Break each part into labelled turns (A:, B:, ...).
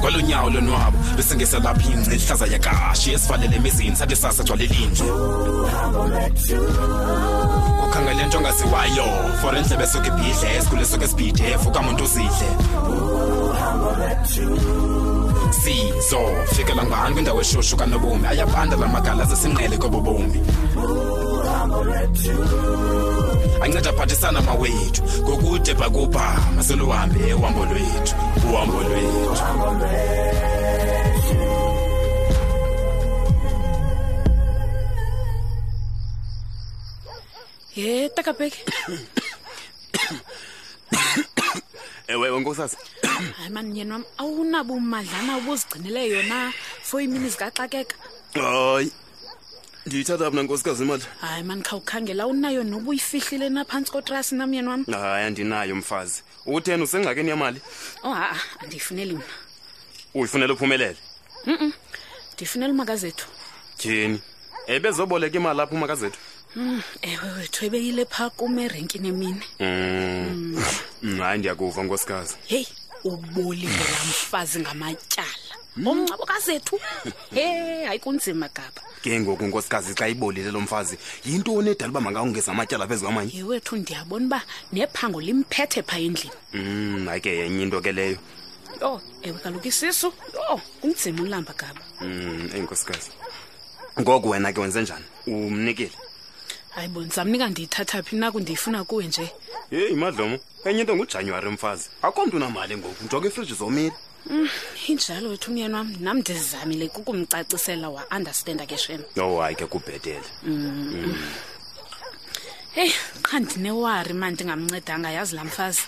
A: kwalonyawo lonwabo bese ngeselapha ingci ihlaza yakashi esivalele emizini sathi sasa gcwale linje ukhangele nto ongaziwayo for endlebe esuke ibhidle esikhule esuke esibhidef ukamuntu uzidle sizo fikela ngani kwindawo eshushu kanobomi ayabanda la magala zesinqele kobobomi anceda aphathisana mawethu ngokude bhakubhama seluhambe uhambo lwethu uhambo lwethu
B: he takabheki
C: ewewe nkosasi
B: hayi mani myeni wam awunabo umadlana ubuzigcinele yona for iimini zikaxakeka
C: hayi ndiyithatha mna nkosikazi imali
B: hayi mani khawukhangela awunayo noba uyifihlile naphantsi kotrasi namyeni wam
C: hayi andinayo mfazi utheni usengxakini yemali
B: oh ha-a andiyifuneli mna
C: uyifunela uphumelele
B: ndiyifunela umakazethu
C: tyheni ebezoboleka Eh, imali apho umakazethu
B: ewe wethu ebeyile phaa kum erenkini emini
C: Mm. Mm, hayi ndiyakuva nkosikazi
B: heyi ubolile la mfazi ngamatyala omncabo kazethu he hayi kunzima gaba
C: ke ngoku nkosikazi xa ibolile lo mfazi yintoni edala uba makawungeza amatyala phezu kwamanye
B: ye wethu ndiyabona uba nephango limphethe phaa endlini
C: Mm, hayi ke yenye into ke leyo
B: yho ewe kaloku isisu yho kunzima ulamba gaba
C: Mm, eyi nkosikazi ngoku wena ke wenze njani umnikile
B: hayi bo ndizamnika ndiyithatha phi naku ndiyifuna kuwe nje
C: yeyi madlomo enye into ngujanuwari mfazi akho mntu unamali ngoku njonke ifriji zomile
B: injalo wethu umyeni wam nam ndizamile kukumcacisela wa-understanda ke shem
C: oh hayi ke kubhetele
B: heyi qha ndinewari ma ndingamncedanga yazi laa mfazi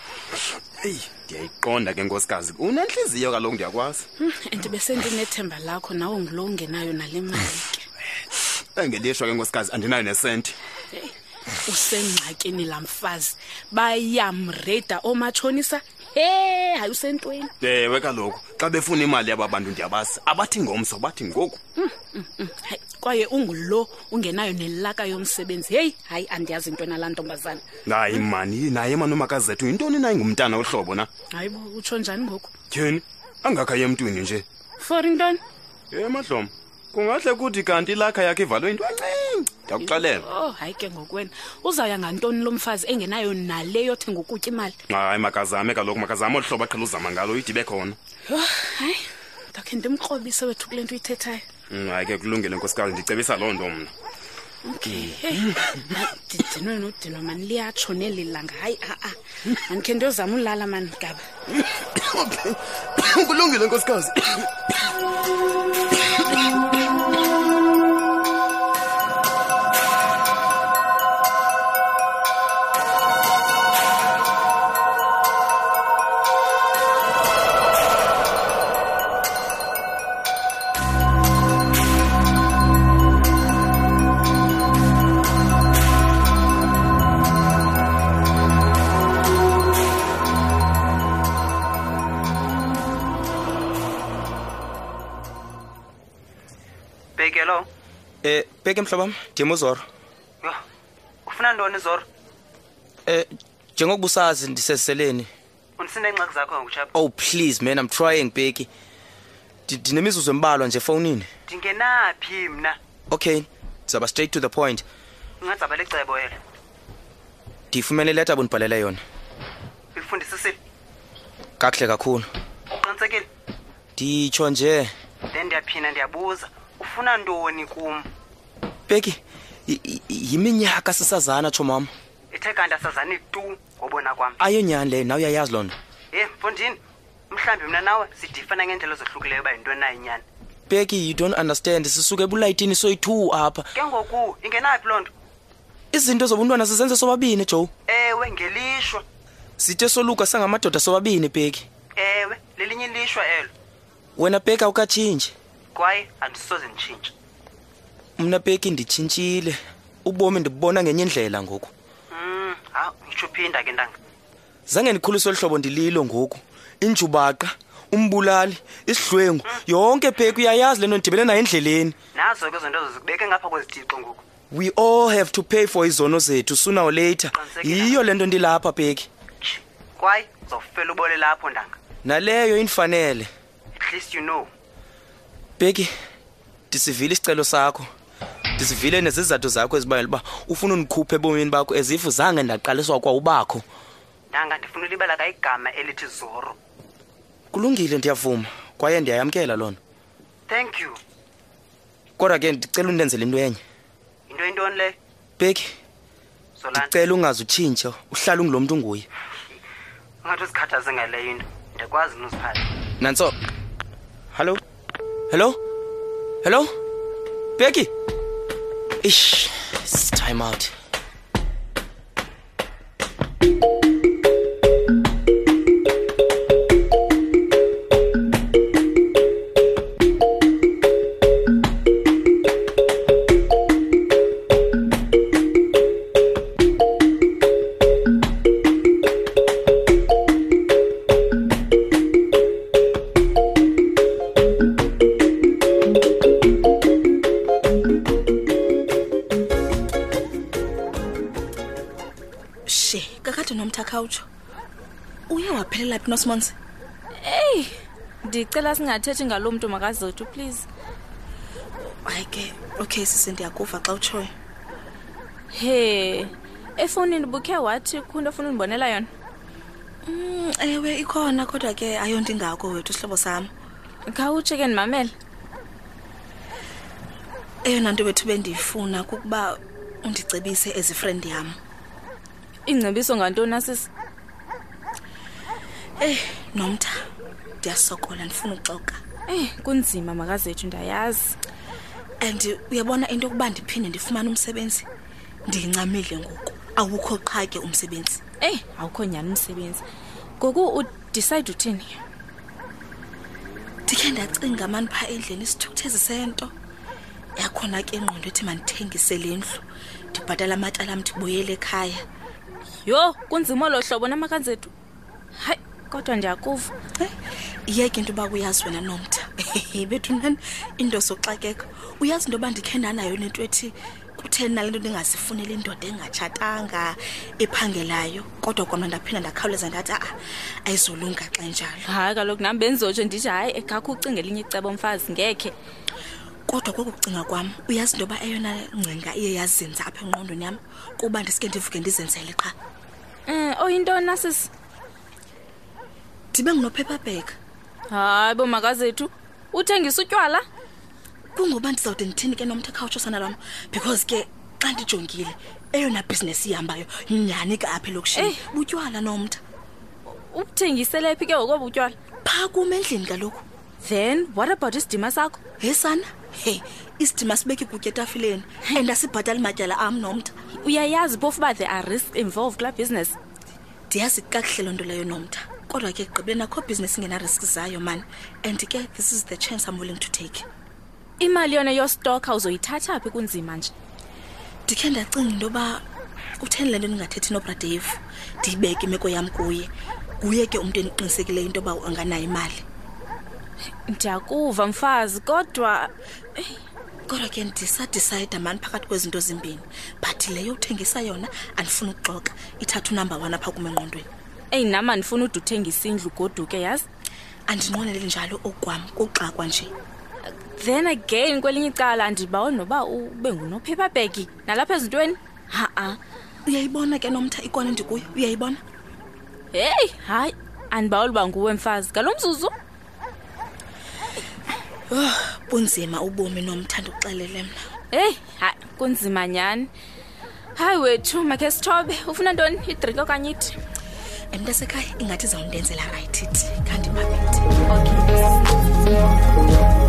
C: eyi ndiyayiqonda ke nkosikazi unentliziyo kaloku ndiyakwazi
B: Hmm, and besendinethemba lakho nawe ngulo ungenayo nale mali ke
C: engelishwa ke nkosikazi andinayo nesenti
B: usengxakini laa mfazi bayamreyida oomatshonisa he hayi usentweni
C: ewe kaloku xa befuna imali yaba bantu ndiyabazi abathi ngomso bathi ngoku
B: Hmm, hayi kwaye ungulo ungenayo nelaka yomsebenzi heyi hayi andiyazi intwana laa ntombazana
C: hayi mani naye manomakazethu yintoni naye ngumntana ohlobo na
B: hayi bo utsho njani ngoku
C: tyheni angakhaya emntwini nje
B: for intoni
C: emadlomo kungahle kuthi kanti ilakha yakhe ivalwe into encinci ndiyakuxelela
B: oh hayi ke ngokwena uzawuya ngantoni lo mfazi engenayo nale yothenga ukutya imali
C: hayi makazame kaloku makazame olu hlobo aqhela uzama ngalo ide ibe khona
B: yho hayi ndakhe ndimkrobise wethu kule nto uyithethayo
C: Mm, hayi ke kulungile nkosikazi ndicebisa loo nto mna
B: okay heyi ndidinwe nodinwa mani liyatsho neli langa hayi a-a mandikhe ndiyozama ulala mani gaba
C: kulungile nkosikazi
D: bhekelo
E: Eh bheke mhlobam, Dimozoro.
D: yho ufuna ntoni zor
E: Eh njengokuba usazi ndiseziseleni.
D: undisinde iingxaki zakho ngokutshapha
E: Oh please man, I'm trying bheki. Ndi- Ndinemizuzu embalwa nje efowunini.
D: ndingenaphi mna
E: Okay, ndizawuba straight to the point.
D: ungadzaba licebo ele
E: Ndiyifumene ileta abundibhalele yona.
D: ndikufundisisile
E: Kakuhle kakhulu.
D: uqinisekile
E: Nditsho nje,
D: then ndiyaphinda ndiyabuza ufuna ntoni kum
E: bheki y- y- yiminyaka sisazana tsho mama.
D: ithe kanti asazani tu ngobona kwam
E: Ayonyani le, nawe uyayazi loo nto.
D: ye mfundini mhlawumbi mna nawe sidifana ngeendlela ezohlukileyo uba yintoni nayo inyani
E: Bheki you don't understand, sisuke ebulayitini soyi-two apha.
D: ke ngoku ingenaphi loo nto
E: Izinto zobuntwana sizenze sobabini, Joe.
D: ewe ngelishwa
E: Sithe soluka sangamadoda sobabini bheki.
D: ewe lelinye ilishwa elo
E: Wena bheki awukatshintshi.
D: kwaye andisoze nditshintshe
E: mna peki nditshintshile ubomi ndibubona ngenye indlela ngoku
D: um hawu nditsho phinda ke ntanga
E: zange ndikhuliswe hlobo ndililo ngoku injubaqa umbulali isidlwengu yonke peki uyayazi le nto ndidibene nayo endleleni
D: nazo ke zonto ezo zikubeke ngapha kwezitixo ngoku
E: we all have to pay for izono zethu sooner or later
D: Qiniseka.
E: yiyo le nto ndilapha peki
D: Tshi, kwaye uzawufela ubole lapho ntanga
E: naleyo inifanele
D: at least you know
E: bheki ndisivile isicelo sakho ndisivile nezizathu zakho ezibangela uba ufuna undikhuphe ebomini bakho ezifu zange ndaqaliswa kwa ubakho
D: ntanga ndifuna ulibala kayigama elithi zoro
E: kulungile ndiyavuma kwaye ndiyayamkela loo nto
D: thank you
E: kodwa ke ndicela undenzele into enye
D: yinto yintoni leyo
E: bheki
D: zolanda
E: ndicela ungaze utshintshe uhlale ungulo mntu unguye
D: ungathi uzikhathaze ngaleyo into ndiyakwazi noziphatha
E: nantso hallo hello hello bheki ish it's time out
F: she Eh, kakade nomthakawutsho uye waphelela phi nosimons
G: ndicela singathethi ngalo mntu makazothu please
F: hayi ke okay sise ndiyakuva xa utshoyo
G: he efowunini bukhe wathi kho nto ofuna undibonela yona
F: Mm, ewe ikhona kodwa ke ayonto ingako wethu sihlobo sam
G: khawutshe ke ndimamele
F: eyona nto wethu bendiyifuna kukuba undicebise ezifrendi yam
G: ingcebiso ngantoni asisi
F: Eh, nomtha ndiyasokola ndifuna uxoka
G: eyi Eh, kunzima makazethu ndayazi
F: and uyabona into yokuba ndiphinde ndifumane umsebenzi ndiyincamile ngoku awukho qha ke umsebenzi
G: eyi Eh, awukho nyhani umsebenzi ngoku udicayide uthini
F: ndikhe ndacinga mani phaa endlini isithukuthezi sento yakhona ke ingqondo ethi mandithengise le ndlu ndibhatala amatala am ndibuyele ekhaya
G: yho kunzima olo hlobo namakazethu hayi kodwa ndiyakuva
F: Eh, iyeke into yoba uyazi wena nomtha bethu nani iinto zoxakeka uyazi into yoba ndikhe ndanayo nento ethi kutheni nale nto ndingazifuneli indoda engatshatanga ephangelayo kodwa kwamna ndaphinda ndakhawuleza ndathi a-a ayizolunga xa njalo
G: hayi kaloku nam bendizotsho ndithi hayi ekhakho ucinge elinye icebo mfazi ngekhe
F: kodwa kokucinga kwam uyazi into yoba eyona ngcinga iye yazinza apha engqondweni yam kuba ndisuke ndivuke ndizenzele qha
G: um oyintoni asisi
F: ndibe ngunophephabheka
G: hayi bo makazethu uthengisa utywala
F: kungoba ndizawude ndithini ke nomthakhawutsho sana lwam because ke xa ndijongile eyona bhizinesi ihambayo nyhani ke apha elokishini
G: Eyi.
F: butywala nomtha
G: ubuthengisele phi ke ngokobu utywala
F: phaa kum endlini kaloku
G: then what about isidima sakho
F: he sana he isidima sibeke kutya etafileni and asibhatali matyala am nomtha
G: uyayazi phofu uba there are risks involved kulaa business
F: ndiyazi kakuhle loo nto leyo nomtha kodwa ke gqibile nakho bhizinesi ingenariski zayo mani and ke this is the chance i'm willing to take
G: imali yona yostokha uzoyithatha phi kunzima nje
F: ndikhe ndacinga into yoba kutheni le nto ndingathethi nobradave ndiyibeke imeko yam kuye nguye ke umntu endiqinisekileyo into yoba anganayo imali
G: ndiyakuva mfazi kodwa
F: kodwa ke ndisadicayida mani phakathi kwezinto zimbini but leyo uthengisa yona andifuna ukuxoka ithatha unumber one apha kum engqondweni
G: eyi nama ndifuna ude uthengisa indlu goduke yazi
F: andinqweneli njalo okwam kuxakwa nje
G: then again kwelinye icala andibawo noba ube ngunophephabheki nalapha ezintweni ha-a
F: uyayibona ke nomtha ikona ndikuyo uyayibona
G: heyi hayi andibawoli uba nguwe mfazi ngalo mzuzu
F: bunzima ubomi nomtha ndikuxelele mna
G: heyi hayi kunzima nyhani hayi wethu makhe sithobe ufuna ntoni idrink okanye ithi
F: emntasekhaya ingathi izawundenzela rayithi ithi khandibhabhete
G: okay